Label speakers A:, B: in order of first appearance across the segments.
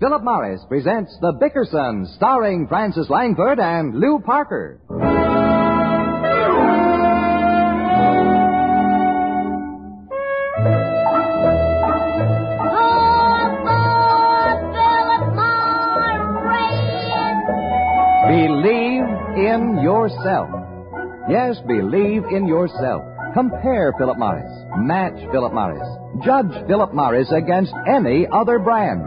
A: Philip Morris presents The Bickersons, starring Francis Langford and Lou Parker. Believe in yourself. Yes, believe in yourself. Compare Philip Morris. Match Philip Morris. Judge Philip Morris against any other brand.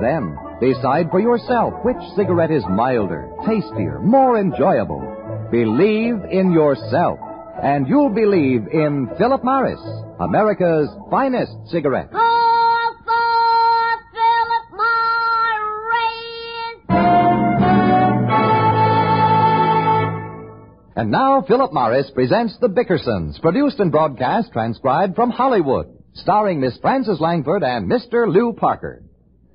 A: Then decide for yourself which cigarette is milder, tastier, more enjoyable. Believe in yourself, and you'll believe in Philip Morris, America's finest cigarette.
B: Call for Philip Morris.
A: And now Philip Morris presents The Bickersons, produced and broadcast, transcribed from Hollywood, starring Miss Frances Langford and Mr. Lou Parker.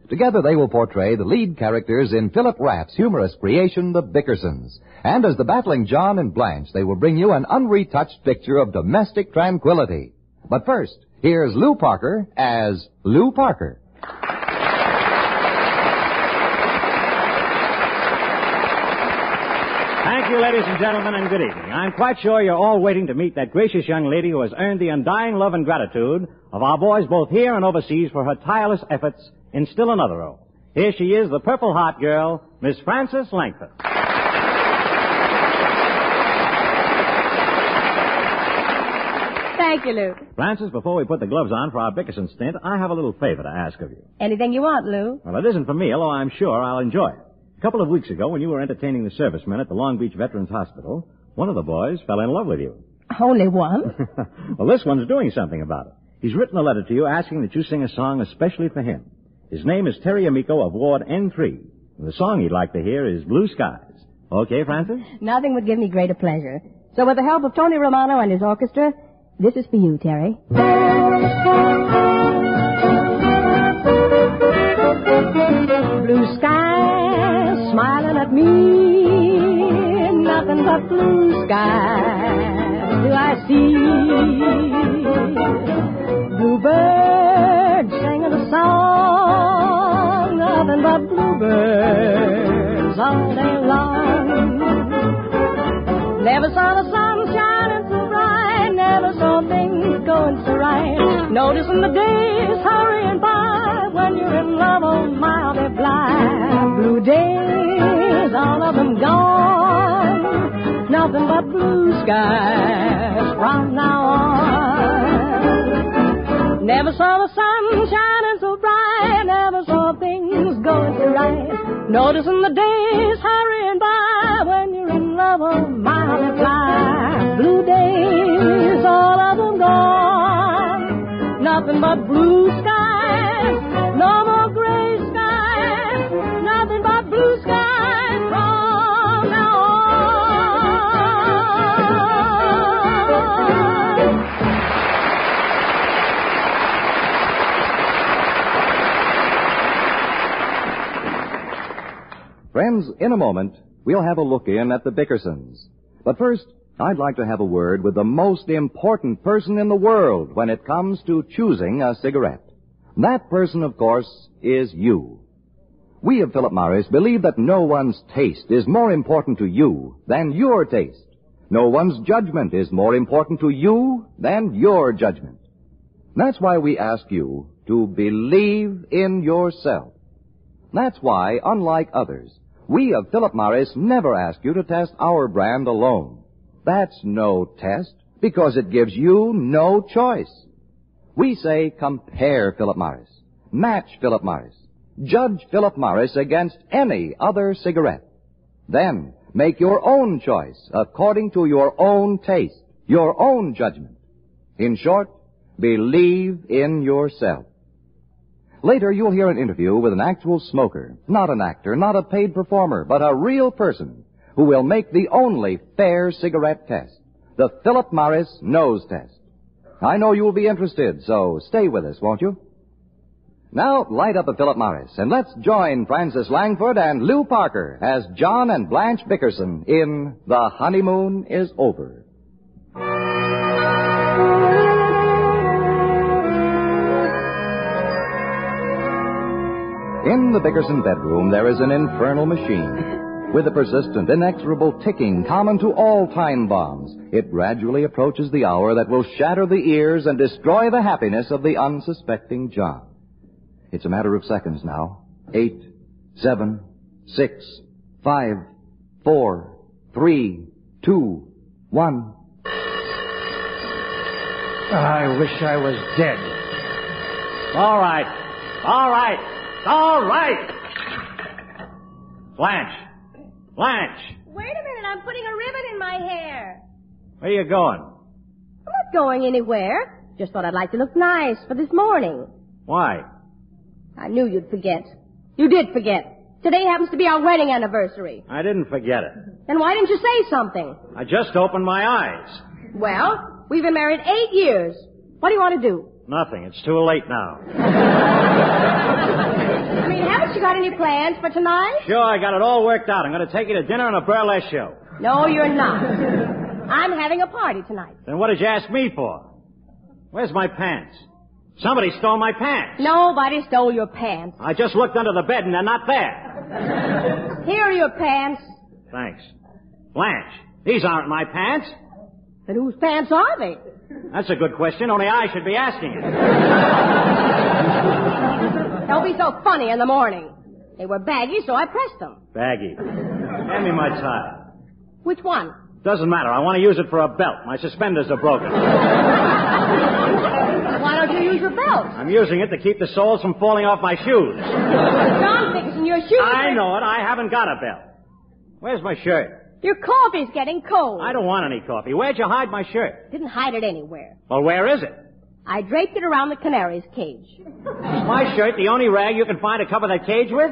A: Together they will portray the lead characters in Philip Raff's humorous creation, The Bickersons. And as the battling John and Blanche, they will bring you an unretouched picture of domestic tranquility. But first, here's Lou Parker as Lou Parker.
C: Thank you, ladies and gentlemen, and good evening. I'm quite sure you're all waiting to meet that gracious young lady who has earned the undying love and gratitude of our boys both here and overseas for her tireless efforts in still another role. Here she is, the Purple Heart Girl, Miss Frances Langford.
D: Thank you, Lou.
C: Frances, before we put the gloves on for our Bickerson stint, I have a little favor to ask of you.
D: Anything you want, Lou.
C: Well, it isn't for me, although I'm sure I'll enjoy it. A couple of weeks ago, when you were entertaining the servicemen at the Long Beach Veterans Hospital, one of the boys fell in love with you.
D: Only one?
C: well, this one's doing something about it. He's written a letter to you asking that you sing a song especially for him. His name is Terry Amico of Ward N3. And the song he'd like to hear is Blue Skies. Okay, Francis?
D: Nothing would give me greater pleasure. So with the help of Tony Romano and his orchestra, this is for you, Terry. Blue skies smiling at me, nothing but blue skies do I see. Bluebird singing a song, nothing but bluebirds all day long. Never saw the sun shining so bright, never saw things going so right. Noticing the days hurrying by, when you're in love, oh my, I'll be blind. Blue days, all of them gone, nothing but blue skies from now on. Never saw the sun shining so bright, never saw things going so right. Noticing the days hurrying by, when you're in love, oh my, I'll be blind. Blue days, all of them gone, nothing but blue skies. No more gray skies, nothing but blue skies from now on.
A: Friends, in a moment, we'll have a look in at the Bickersons. But first, I'd like to have a word with the most important person in the world when it comes to choosing a cigarette. That person, of course, is you. We of Philip Morris believe that no one's taste is more important to you than your taste. No one's judgment is more important to you than your judgment. That's why we ask you to believe in yourself. That's why, unlike others, we of Philip Morris never ask you to test our brand alone. That's no test because it gives you no choice. We say compare Philip Morris, match Philip Morris, judge Philip Morris against any other cigarette. Then make your own choice according to your own taste, your own judgment. In short, believe in yourself. Later, you'll hear an interview with an actual smoker, not an actor, not a paid performer, but a real person who will make the only fair cigarette test, the Philip Morris nose test. I know you'll be interested, so stay with us, won't you? Now, light up a Philip Morris, and let's join Francis Langford and Lou Parker as John and Blanche Bickerson in The Honeymoon is Over. In the Bickerson bedroom, there is an infernal machine. With a persistent, inexorable ticking common to all time bombs, it gradually approaches the hour that will shatter the ears and destroy the happiness of the unsuspecting John. It's a matter of seconds now. Eight, seven, six, five, four, three, two, one.
E: I wish I was dead.
C: All right. All right. All right. Blanche. Blanche.
B: Wait a minute, I'm putting a ribbon in my hair.
C: Where you going?
D: I'm not going anywhere. Just thought I'd like to look nice for this morning.
C: Why?
D: I knew you'd forget. You did forget. Today happens to be our wedding anniversary.
C: I didn't forget it.
D: Then why didn't you say something?
C: I just opened my eyes.
D: Well, we've been married eight years. What do you want to do?
C: Nothing. It's too late now.
D: I mean, haven't you got any plans for tonight?
C: Sure, I got it all worked out. I'm going to take you to dinner and a burlesque show.
D: No, you're not. I'm having a party tonight.
C: Then what did you ask me for? Where's my pants? Somebody stole my pants.
D: Nobody stole your pants.
C: I just looked under the bed and they're not there.
D: Here are your pants.
C: Thanks. Blanche, these aren't my pants.
D: But whose pants are they?
C: That's a good question, only I should be asking it.
D: Don't be so funny in the morning. They were baggy, so I pressed them.
C: Baggy. Hand me my tie.
D: Which one?
C: Doesn't matter. I want to use it for a belt. My suspenders are broken.
D: Why don't you use your belt?
C: I'm using it to keep the soles from falling off my shoes.
D: John Dickinson, your shoes.
C: I
D: are-
C: know it. I haven't got a belt. Where's my shirt?
D: Your coffee's getting cold.
C: I don't want any coffee. Where'd you hide my shirt?
D: Didn't hide it anywhere.
C: Well, where is it?
D: I draped it around the canary's cage.
C: Is my shirt the only rag you can find to cover that cage with?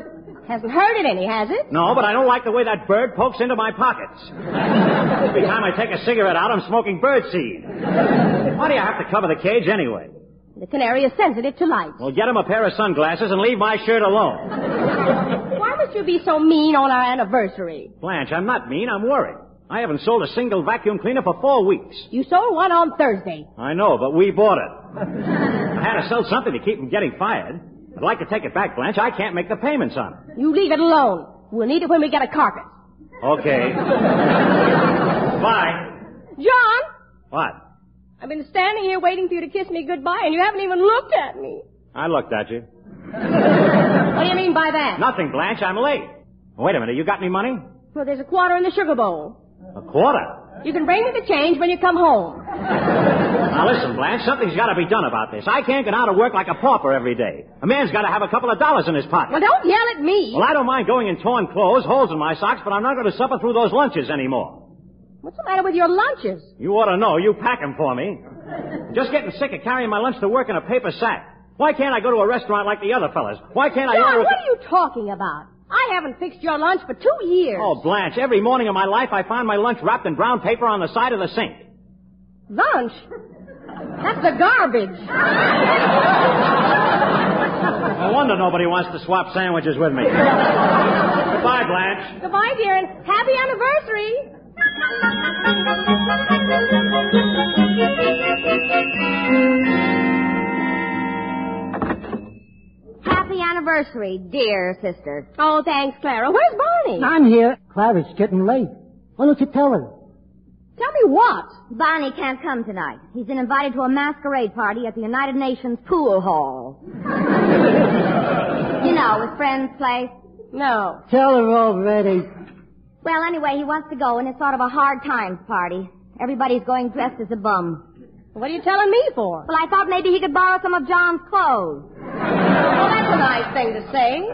D: Hasn't hurt it any, has it?
C: No, but I don't like the way that bird pokes into my pockets. Every time I take a cigarette out, I'm smoking birdseed. Why do you have to cover the cage anyway?
D: The canary is sensitive to light.
C: Well, get him a pair of sunglasses and leave my shirt alone.
D: Why must you be so mean on our anniversary?
C: Blanche, I'm not mean. I'm worried. I haven't sold a single vacuum cleaner for four weeks.
D: You sold one on Thursday.
C: I know, but we bought it. I had to sell something to keep him getting fired. I'd like to take it back, Blanche. I can't make the payments on it.
D: You leave it alone. We'll need it when we get a carpet.
C: Okay. Bye.
D: John,
C: What?
D: I've been standing here waiting for you to kiss me goodbye, and you haven't even looked at me.
C: I looked at you.
D: What do you mean by that?
C: Nothing, Blanche. I'm late. Wait a minute. You got any money?
D: Well, there's a quarter in the sugar bowl.
C: A quarter.
D: You can bring me the change when you come home.
C: Now listen, Blanche. Something's got to be done about this. I can't get out of work like a pauper every day. A man's got to have a couple of dollars in his pocket.
D: Well, don't yell at me.
C: Well, I don't mind going in torn clothes, holes in my socks, but I'm not going to suffer through those lunches anymore.
D: What's the matter with your lunches?
C: You ought to know. You pack 'em for me. Just getting sick of carrying my lunch to work in a paper sack. Why can't I go to a restaurant like the other fellas? Why can't I
D: John,
C: order? a-
D: what are you talking about? I haven't fixed your lunch for two years.
C: Oh, Blanche! Every morning of my life, I find my lunch wrapped in brown paper on the side of the sink.
D: Lunch? That's the garbage.
C: No wonder nobody wants to swap sandwiches with me. Goodbye, Blanche.
D: Goodbye, dear, and happy anniversary.
B: Happy anniversary, dear sister.
D: Oh, thanks, Clara. Where's Barney?
F: I'm here. Clara's getting late. Why don't you tell her?
D: Tell me what?
B: Bonnie can't come tonight. He's been invited to a masquerade party at the United Nations pool hall. you know, his friend's place.
D: No.
F: Tell her already.
B: Well, anyway, he wants to go, and it's sort of a hard times party. Everybody's going dressed as a bum.
D: What are you telling me for?
B: Well, I thought maybe he could borrow some of John's clothes.
D: Well, that's a nice thing to say.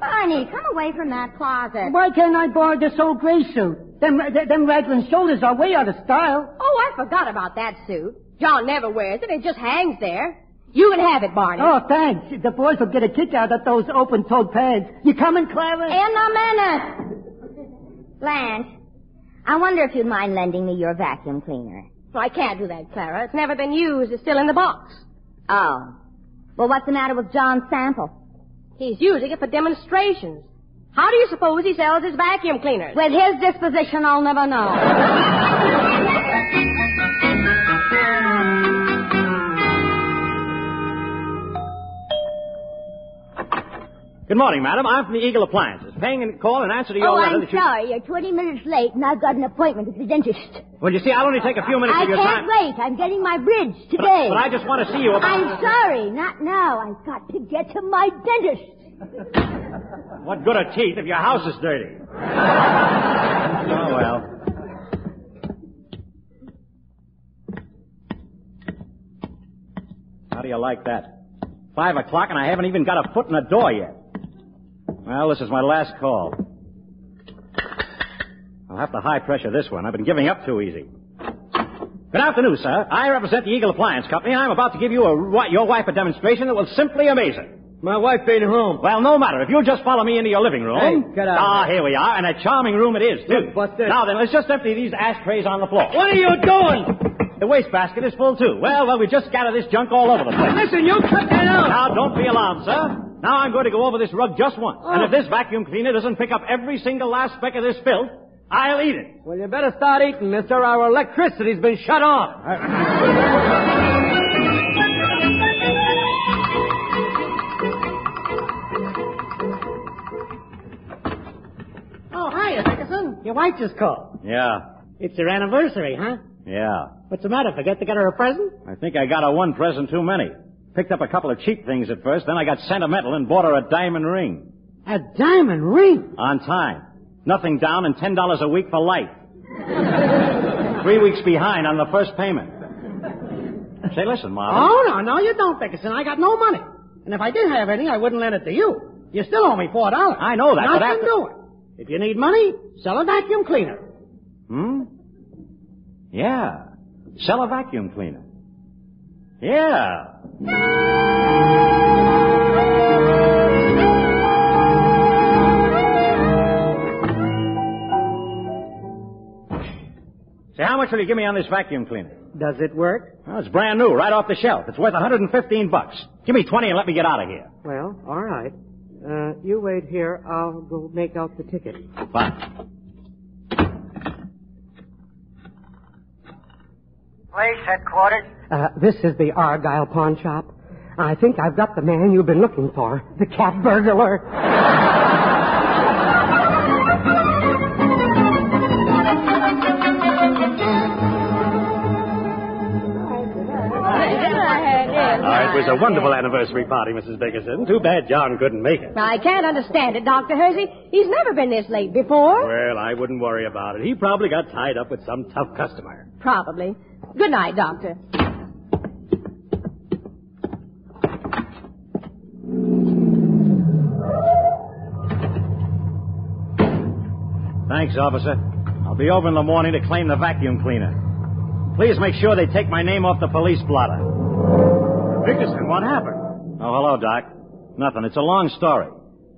B: Barney, come away from that closet.
F: Why can't I borrow this old gray suit? Them, th- them raglan shoulders are way out of style.
D: Oh, I forgot about that suit. John never wears it. It just hangs there. You can have it, Barney.
F: Oh, thanks. The boys will get a kick out of those open-toed pants. You coming, Clara?
B: In a minute. Blanche, I wonder if you'd mind lending me your vacuum cleaner.
D: I can't do that, Clara. It's never been used. It's still in the box.
B: Oh. Well, what's the matter with John's sample?
D: He's using it for demonstrations. How do you suppose he sells his vacuum cleaners?
B: With his disposition, I'll never know.
C: Good morning, madam. I'm from the Eagle Appliances. Paying a call in answer to your
B: Oh,
C: letter.
B: I'm
C: that you-
B: sorry. You're 20 minutes late, and I've got an appointment at the dentist.
C: Well, you see, I'll only take a few minutes
B: I
C: of your
B: can't
C: time.
B: wait. I'm getting my bridge
C: But,
B: today.
C: but I just want to see you about
B: I'm sorry. Not now. I've got to get to my dentist.
C: what good are teeth if your house is dirty? oh well. How do you like that? Five o'clock and I haven't even got a foot in the door yet. Well, this is my last call. I'll have to high pressure this one. I've been giving up too easy. Good afternoon, sir. I represent the Eagle Appliance Company, and I'm about to give you a, wi- your wife a demonstration that will simply amaze her.
E: My wife ain't home.
C: Well, no matter. If you'll just follow me into your living room.
E: Hey, get out.
C: Ah, here we are, and a charming room it is, too.
E: Look, but this-
C: Now then, let's just empty these ashtrays on the floor.
E: What are you doing?
C: The wastebasket is full, too. Well, well, we just scatter this junk all over the place.
E: Listen, you cut that out.
C: Now, don't be alarmed, sir. Now I'm going to go over this rug just once. And
E: Oh.
C: if this vacuum cleaner doesn't pick up every single last speck of this filth, I'll eat it.
E: Well, you better start eating, mister. Our electricity's been shut off.
F: Oh, hiya, Dickerson. Your wife just called.
C: Yeah.
F: It's her anniversary, huh?
C: Yeah.
F: What's the matter? Forget to get her a present?
C: I think I got her one present too many. Picked up a couple of cheap things at first, then I got sentimental and bought her a diamond ring.
F: A diamond ring.
C: On time. Nothing down and ten dollars a week for life. Three weeks behind on the first payment. Say, listen, Marvin.
F: Oh, no, no, you don't, Dickerson. I got no money. And if I did have any, I wouldn't lend it to you. You still owe me four dollars.
C: I know that, but after-
F: Nothing doing. If you need money, sell a vacuum cleaner.
C: Hmm? Yeah. Sell a vacuum cleaner. Yeah. Say, how much will you give me on this vacuum cleaner?
F: Does it work?
C: Well, it's brand new, right off the shelf. It's worth 115 bucks. Give me 20 and let me get out of here.
F: Well, all right. Uh, you wait here. I'll go make out the ticket.
C: Fine.
G: Police headquarters.
F: Uh, this is the Argyle pawn shop. I think I've got the man you've been looking for. The cat burglar.
B: it
C: anniversary party, Mrs. Dickerson. Too bad John couldn't make it.
D: I can't understand it, Dr. Hersey. He's never been this late before.
C: Well, I wouldn't worry about it. He probably got tied up with some tough customer.
D: Probably. Good night, Doctor.
C: Thanks, officer. I'll be over in the morning to claim the vacuum cleaner. Please make sure they take my name off the police blotter. Dickerson, what happened? Oh, hello, Doc. Nothing. It's a long story.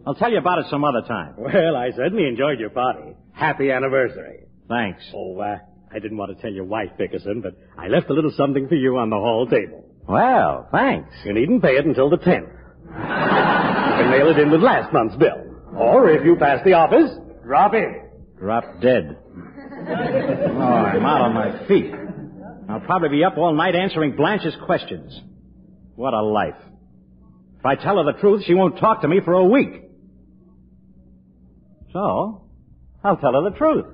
C: I'll tell you about it some other time.
H: Well, I certainly enjoyed your party. Happy anniversary.
C: Thanks.
H: Oh, uh, I didn't want to tell your wife, Dickerson, but I left a little something for you on the hall table.
C: Well, thanks.
H: You needn't pay it until the 10th. you can mail it in with last month's bill. Or if you pass the office, drop in.
C: Drop dead. oh, I'm out on my feet. I'll probably be up all night answering Blanche's questions. What a life. If I tell her the truth, she won't talk to me for a week. So, I'll tell her the truth.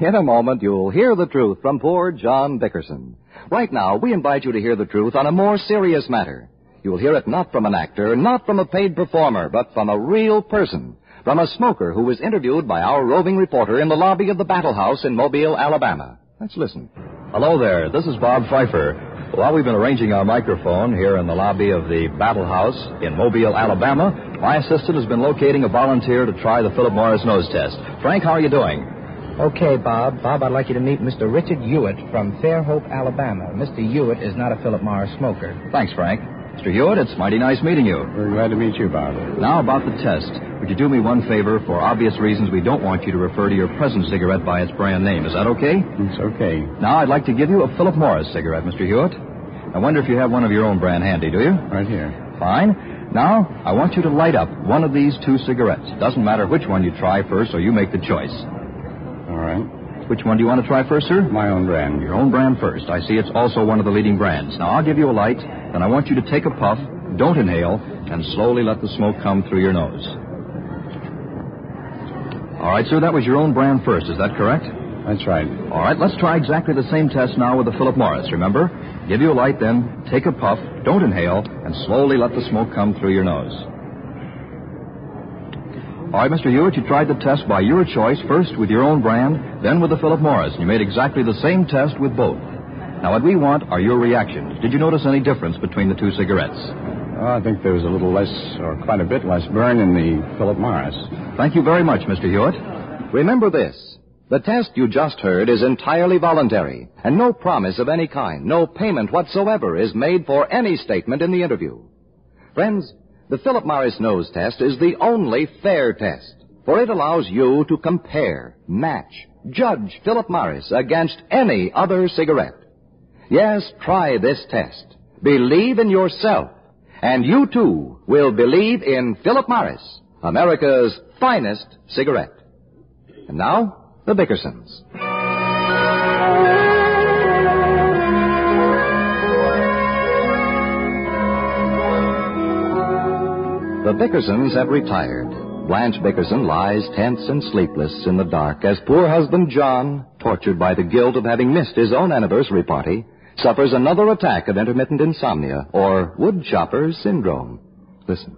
A: In a moment, you'll hear the truth from poor John Dickerson. Right now, we invite you to hear the truth on a more serious matter. You'll hear it not from an actor, not from a paid performer, but from a real person, from a smoker who was interviewed by our roving reporter in the lobby of the Battle House in Mobile, Alabama. Let's listen.
I: Hello there. This is Bob Pfeiffer. While we've been arranging our microphone here in the lobby of the Battle House in Mobile, Alabama, my assistant has been locating a volunteer to try the Philip Morris nose test. Frank, how are you doing?
E: Okay, Bob. Bob, I'd like you to meet Mr. Richard Hewitt from Fairhope, Alabama. Mr. Hewitt is not a Philip Morris smoker.
I: Thanks, Frank. Mr. Hewitt, it's mighty nice meeting you.
J: We're glad to meet you, Bob.
I: Now about the test. Would you do me one favor? For obvious reasons, we don't want you to refer to your present cigarette by its brand name. Is that okay?
J: It's okay.
I: Now I'd like to give you a Philip Morris cigarette, Mr. Hewitt. I wonder if you have one of your own brand handy, do you?
J: Right here.
I: Fine. Now, I want you to light up one of these two cigarettes. Doesn't matter which one you try first, so you make the choice.
J: All right.
I: Which one do you want to try first, sir? My own brand. Your own brand first. I see it's also one of the leading brands. Now, I'll give you a light, then I want you to take a puff, don't inhale, and slowly let the smoke come through your nose. All right, sir, that was your own brand first. Is that correct? That's right. All right, let's try exactly the same test now with the Philip Morris, remember? Give you a light, then take a puff, don't inhale, and slowly let the smoke come through your nose. All right, Mr. Hewitt, you tried the test by your choice, first with your own brand, then with the Philip Morris, and you made exactly the same test with both. Now, what we want are your reactions. Did you notice any difference between the two cigarettes?
J: Oh, I think there was a little less, or quite a bit less, burn in the Philip Morris.
I: Thank you very much, Mr. Hewitt.
A: Remember this. The test you just heard is entirely voluntary, and no promise of any kind, no payment whatsoever is made for any statement in the interview. Friends, the Philip Morris nose test is the only fair test, for it allows you to compare, match, judge Philip Morris against any other cigarette. Yes, try this test. Believe in yourself, and you too will believe in Philip Morris, America's finest cigarette. And now, the Bickersons. The Bickersons have retired. Blanche Bickerson lies tense and sleepless in the dark as poor husband John, tortured by the guilt of having missed his own anniversary party, suffers another attack of intermittent insomnia or wood chopper syndrome. Listen.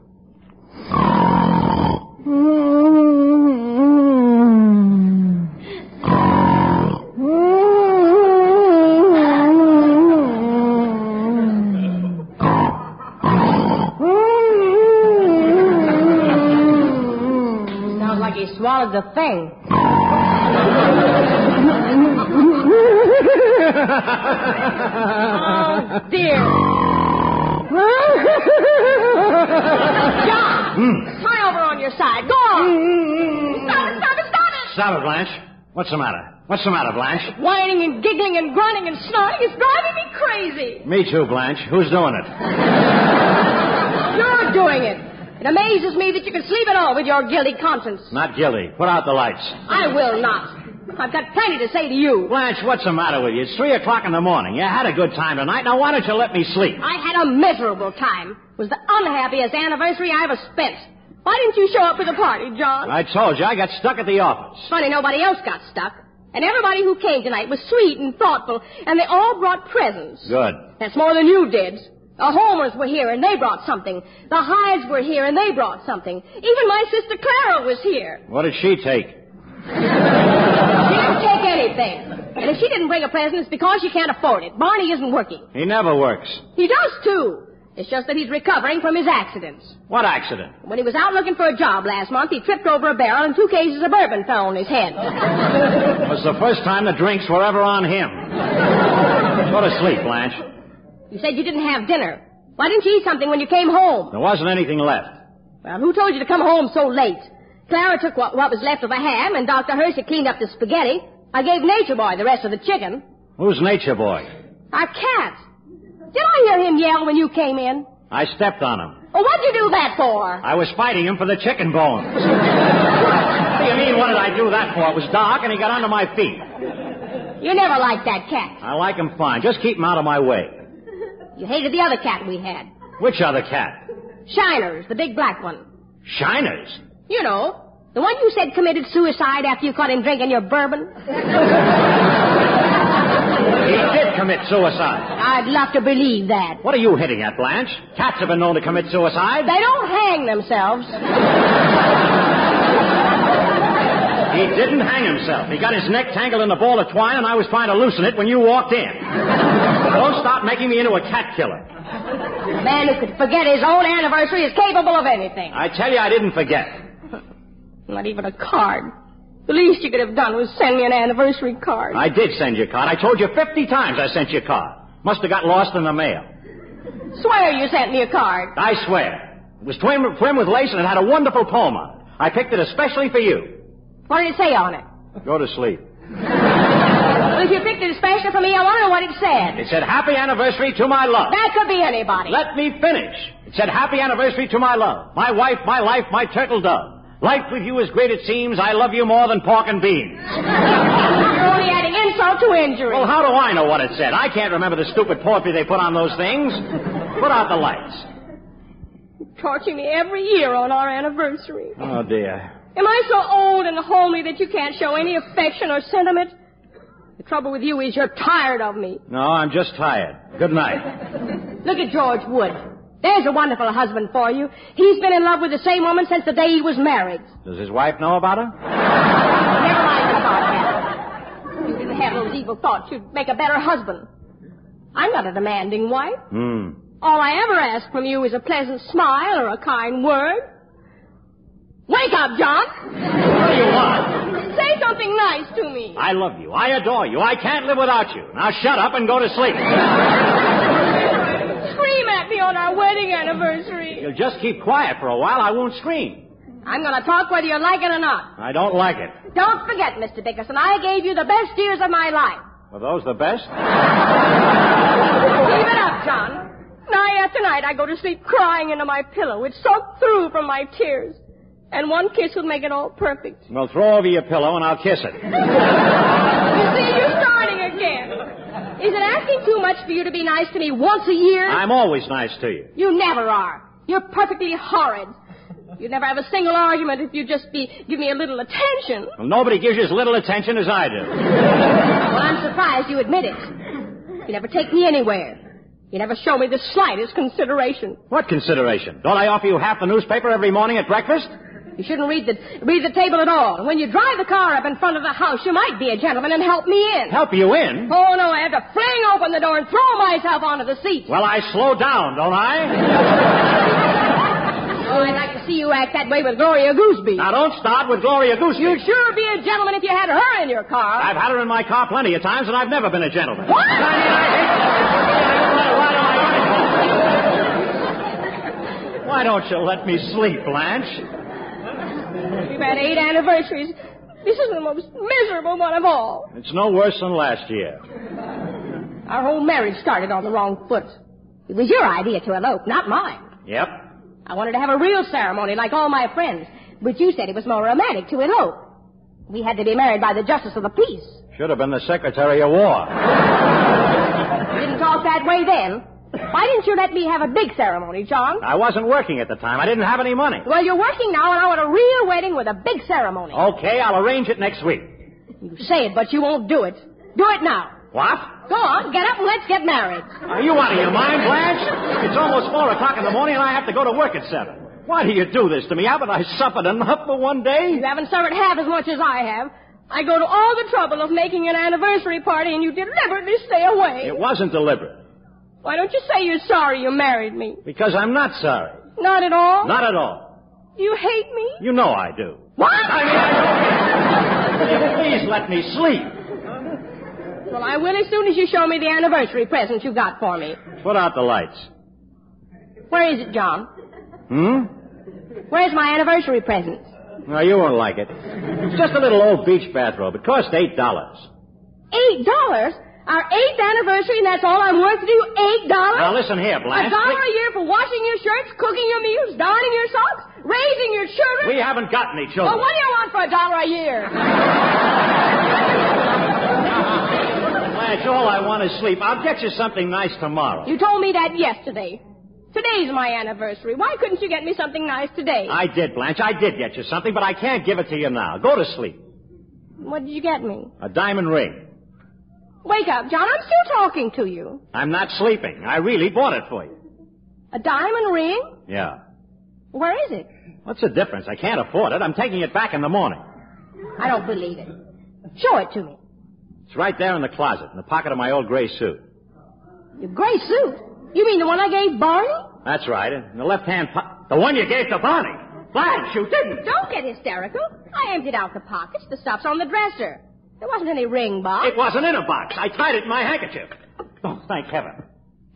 D: Sounds like he swallowed the thing. oh, dear.
B: John! Turn over on your side. Go on! Stop it, stop it, stop it!
C: Stop it, Blanche. What's the matter? What's the matter, Blanche?
D: Whining and giggling and grunting and snorting is driving me crazy.
C: Me too, Blanche. Who's doing it?
D: You're doing it. It amazes me that you can sleep at all with your guilty conscience.
C: Not guilty. Put out the lights.
D: I will not. I've got plenty to say to you.
C: Blanche, what's the matter with you? It's three o'clock in the morning. You had a good time tonight. Now why don't you let me sleep?
D: I had a miserable time. It was the unhappiest anniversary I ever spent. Why didn't you show up for the party, John?
C: I told you I got stuck at the office.
D: It's funny nobody else got stuck. And everybody who came tonight was sweet and thoughtful, and they all brought presents.
C: Good.
D: That's more than you did. The Homers were here, and they brought something. The Hydes were here, and they brought something. Even my sister Clara was here.
C: What did she take?
D: She didn't take anything. And if she didn't bring a present, it's because she can't afford it. Barney isn't working.
C: He never works.
D: He does, too. It's just that he's recovering from his accidents.
C: What accident?
D: When he was out looking for a job last month, he tripped over a barrel and two cases of bourbon fell on his head.
C: It was the first time the drinks were ever on him. Go to sleep, Blanche.
D: You said you didn't have dinner. Why didn't you eat something when you came home?
C: There wasn't anything left.
D: Well, who told you to come home so late? Clara took what, what was left of a ham, and Dr. Hershey cleaned up the spaghetti. I gave Nature Boy the rest of the chicken.
C: Who's Nature Boy?
D: Our cat. Did I hear him yell when you came in?
C: I stepped on him.
D: Well, what'd you do that for?
C: I was fighting him for the chicken bones. what do you mean, what did I do that for? It was dark and he got under my feet.
D: You never liked that cat.
C: I like him fine. Just keep him out of my way.
D: You hated the other cat we had.
C: Which other cat?
D: Shiners, the big black one.
C: Shiners.
D: You know, the one you said committed suicide after you caught him drinking your bourbon.
C: He did commit suicide.
D: I'd love to believe that.
C: What are you hitting at, Blanche? Cats have been known to commit suicide.
D: They don't hang themselves.
C: He didn't hang himself. He got his neck tangled in a ball of twine, and I was trying to loosen it when you walked in. Don't start making me into a cat killer.
D: A man who could forget his own anniversary is capable of anything.
C: I tell you, I didn't forget.
D: Not even a card. The least you could have done was send me an anniversary card.
C: I did send you a card. I told you 50 times I sent you a card. Must have got lost in the mail.
D: Swear you sent me a card.
C: I swear. It was twin, twin with lace, and it had a wonderful poem on it. I picked it especially for you.
D: What did it say on it?
C: Go to sleep.
D: Well, if you picked it especially for me, I want to know what it said.
C: It said, Happy anniversary to my love.
D: That could be anybody.
C: Let me finish. It said, Happy anniversary to my love, my wife, my life, my turtle dove. Life with you, as great it seems, I love you more than pork and beans.
D: You're only adding insult to injury.
C: Well, how do I know what it said? I can't remember the stupid poetry they put on those things. Put out the lights.
D: Torching me every year on our anniversary.
C: Oh, dear.
D: Am I so old and homely that you can't show any affection or sentiment? The trouble with you is you're tired of me.
C: No, I'm just tired. Good night.
D: Look at George Wood. There's a wonderful husband for you. He's been in love with the same woman since the day he was married.
C: Does his wife know about her?
D: Never mind about that. If you didn't have those evil thoughts, you'd make a better husband. I'm not a demanding wife.
C: Hmm.
D: All I ever ask from you is a pleasant smile or a kind word. Wake up, John! What
C: do you want?
D: Say something nice to me.
C: I love you. I adore you. I can't live without you. Now shut up and go to sleep.
D: Scream at me on our wedding anniversary.
C: You'll just keep quiet for a while. I won't scream.
D: I'm gonna talk whether you like it or not.
C: I don't like it.
D: Don't forget, Mr. Dickerson, I gave you the best years of my life.
C: Were those the best?
D: Keep it up, John. Night after night, I go to sleep crying into my pillow. It's soaked through from my tears. And one kiss would make it all perfect.
C: Well, throw over your pillow and I'll kiss it.
D: You see, you're starting again. Is it asking too much for you to be nice to me once a year?
C: I'm always nice to you.
D: You never are. You're perfectly horrid. You'd never have a single argument if you'd just be give me a little attention.
C: Well, nobody gives you as little attention as I do.
D: Well, I'm surprised you admit it. You never take me anywhere. You never show me the slightest consideration.
C: What consideration? Don't I offer you half the newspaper every morning at breakfast?
D: You shouldn't read the read the table at all. And When you drive the car up in front of the house, you might be a gentleman and help me in.
C: Help you in?
D: Oh no, I have to fling open the door and throw myself onto the seat.
C: Well, I slow down, don't I?
D: Oh, I'd like to see you act that way with Gloria Gooseby.
C: Now, don't start with Gloria Goose.
D: You'd sure be a gentleman if you had her in your car.
C: I've had her in my car plenty of times, and I've never been a gentleman.
D: What?
C: Why don't you let me sleep, Blanche?
D: We've had eight anniversaries. This is the most miserable one of all.
C: It's no worse than last year.
D: Our whole marriage started on the wrong foot. It was your idea to elope, not mine.
C: Yep.
D: I wanted to have a real ceremony like all my friends, but you said it was more romantic to elope. We had to be married by the justice of the peace.
C: Should have been the Secretary of War.
D: You didn't talk that way then. Why didn't you let me have a big ceremony, John?
C: I wasn't working at the time. I didn't have any money.
D: Well, you're working now, and I want a real wedding with a big ceremony.
C: Okay, I'll arrange it next week.
D: You say it, but you won't do it. Do it now.
C: What?
D: Go on, get up and let's get married.
C: Are you out of your mind, Blanche? It's almost four o'clock in the morning, and I have to go to work at seven. Why do you do this to me? Haven't I suffered enough for one day?
D: You haven't suffered half as much as I have. I go to all the trouble of making an anniversary party, and you deliberately stay away.
C: It wasn't deliberate.
D: Why don't you say you're sorry you married me?
C: Because I'm not sorry.
D: Not at all.
C: Not at all.
D: You hate me?
C: You know I do.
D: What?
C: I mean, I don't. Will you Please let me sleep.
D: Well, I will as soon as you show me the anniversary present you got for me.
C: Put out the lights.
D: Where is it, John?
C: Hmm?
D: Where's my anniversary present?
C: No, you won't like it. It's just a little old beach bathrobe. It cost eight dollars.
D: Eight dollars? Our eighth anniversary, and that's all I'm worth to you? Eight dollars?
C: Now listen here,
D: A
C: Blanche.
D: dollar a year for washing your shirts, cooking your meals, darning your socks, raising your children?
C: We haven't got any
D: Well,
C: children.
D: what do you want for a dollar a year?
C: Blanche, all I want is sleep. I'll get you something nice tomorrow.
D: You told me that yesterday. Today's my anniversary. Why couldn't you get me something nice today?
C: I did, Blanche. I did get you something, but I can't give it to you now. Go to sleep.
D: What did you get me?
C: A diamond ring.
D: Wake up, John. I'm still talking to you.
C: I'm not sleeping. I really bought it for you.
D: A diamond ring?
C: Yeah.
D: Where is it?
C: What's the difference? I can't afford it. I'm taking it back in the morning.
D: I don't believe it. Show it to me.
C: It's right there in the closet, in the pocket of my old gray suit.
D: Your gray suit. You mean the one I gave Barney?
C: That's right. In the left hand pocket. The one you gave to Bonnie. Blanche, you didn't.
D: Don't get hysterical. I emptied out the pockets. The stuff's on the dresser. There wasn't any ring box.
C: It wasn't in a box. I tied it in my handkerchief. Oh, thank heaven.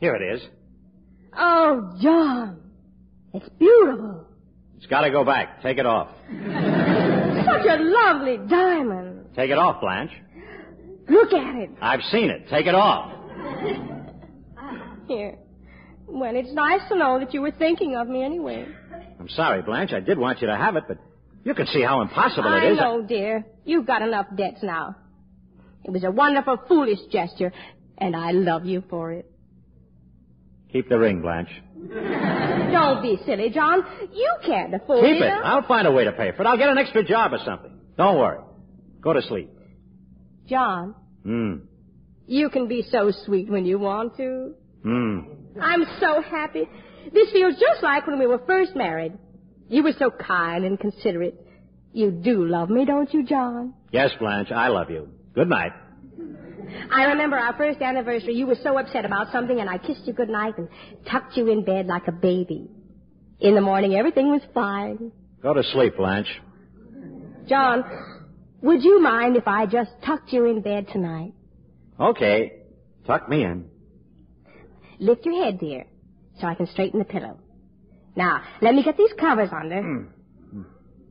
C: Here it is.
D: Oh, John. It's beautiful.
C: It's got to go back. Take it off.
D: Such a lovely diamond.
C: Take it off, Blanche.
D: Look at it.
C: I've seen it. Take it off.
D: Here. Well, it's nice to know that you were thinking of me anyway.
C: I'm sorry, Blanche. I did want you to have it, but You can see how impossible
D: I
C: it is.
D: know, dear. You've got enough debts now. It was a wonderful, foolish gesture, and I love you for it.
C: Keep the ring, Blanche.
D: Don't be silly, John. You can't afford
C: Keep it.
D: huh?
C: I'll find a way to pay for it. I'll get an extra job or something. Don't worry. Go to sleep.
D: John,
C: Hmm.
D: you can be so sweet when you want to.
C: Hmm.
D: I'm so happy. This feels just like when we were first married. You were so kind and considerate. You do love me, don't you, John?
C: Yes, Blanche, I love you. Good night.
D: I remember our first anniversary. You were so upset about something, and I kissed you goodnight and tucked you in bed like a baby. In the morning, everything was fine.
C: Go to sleep, Blanche.
D: John, would you mind if I just tucked you in bed tonight?
C: Okay. Tuck me in.
D: Lift your head, dear, so I can straighten the pillow. Now, let me get these covers under.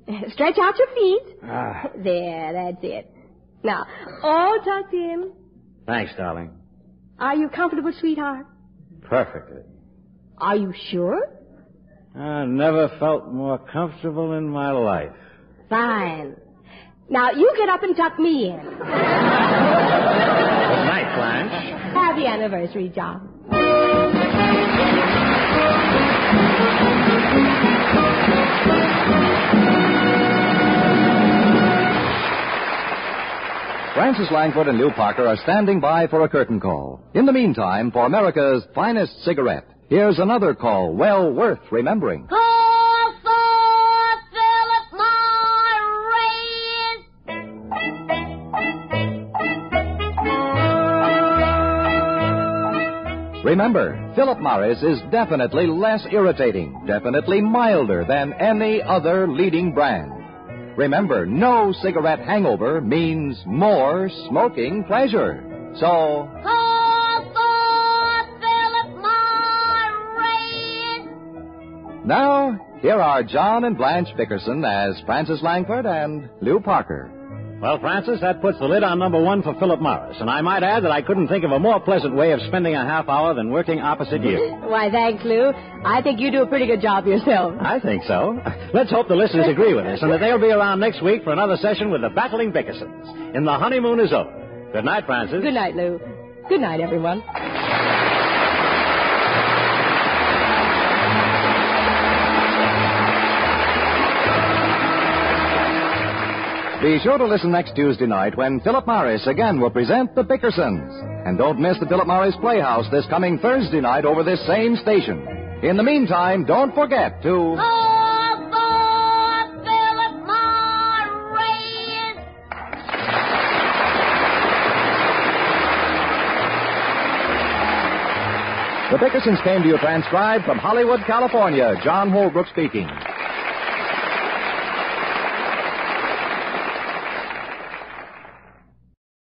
D: Stretch out your feet.
C: Ah.
D: There, that's it. Now, all tucked in.
C: Thanks, darling.
D: Are you comfortable, sweetheart?
C: Perfectly.
D: Are you sure?
C: I never felt more comfortable in my life.
D: Fine. Now, you get up and tuck me in.
C: Good night, Blanche.
D: Happy anniversary, John.
A: Francis Langford and Lou Parker are standing by for a curtain call. In the meantime, for America's finest cigarette, here's another call well worth remembering.
K: Call for Philip Morris.
A: Remember, Philip Morris is definitely less irritating, definitely milder than any other leading brand. Remember, no cigarette hangover means more smoking pleasure. So,
K: Call for Philip Morris.
A: now, here are John and Blanche Bickerson as Francis Langford and Lou Parker.
C: Well, Francis, that puts the lid on number one for Philip Morris. And I might add that I couldn't think of a more pleasant way of spending a half hour than working opposite you.
D: Why, thanks, Lou. I think you do a pretty good job yourself.
C: I think so. Let's hope the listeners agree with us and that they'll be around next week for another session with the battling Bickersons. And the honeymoon is over. Good night, Francis.
D: Good night, Lou. Good night, everyone.
A: Be sure to listen next Tuesday night when Philip Morris again will present The Bickersons. And don't miss the Philip Morris Playhouse this coming Thursday night over this same station. In the meantime, don't forget to.
K: Call for Philip Morris.
A: The Bickersons came to you transcribed from Hollywood, California. John Holbrook speaking.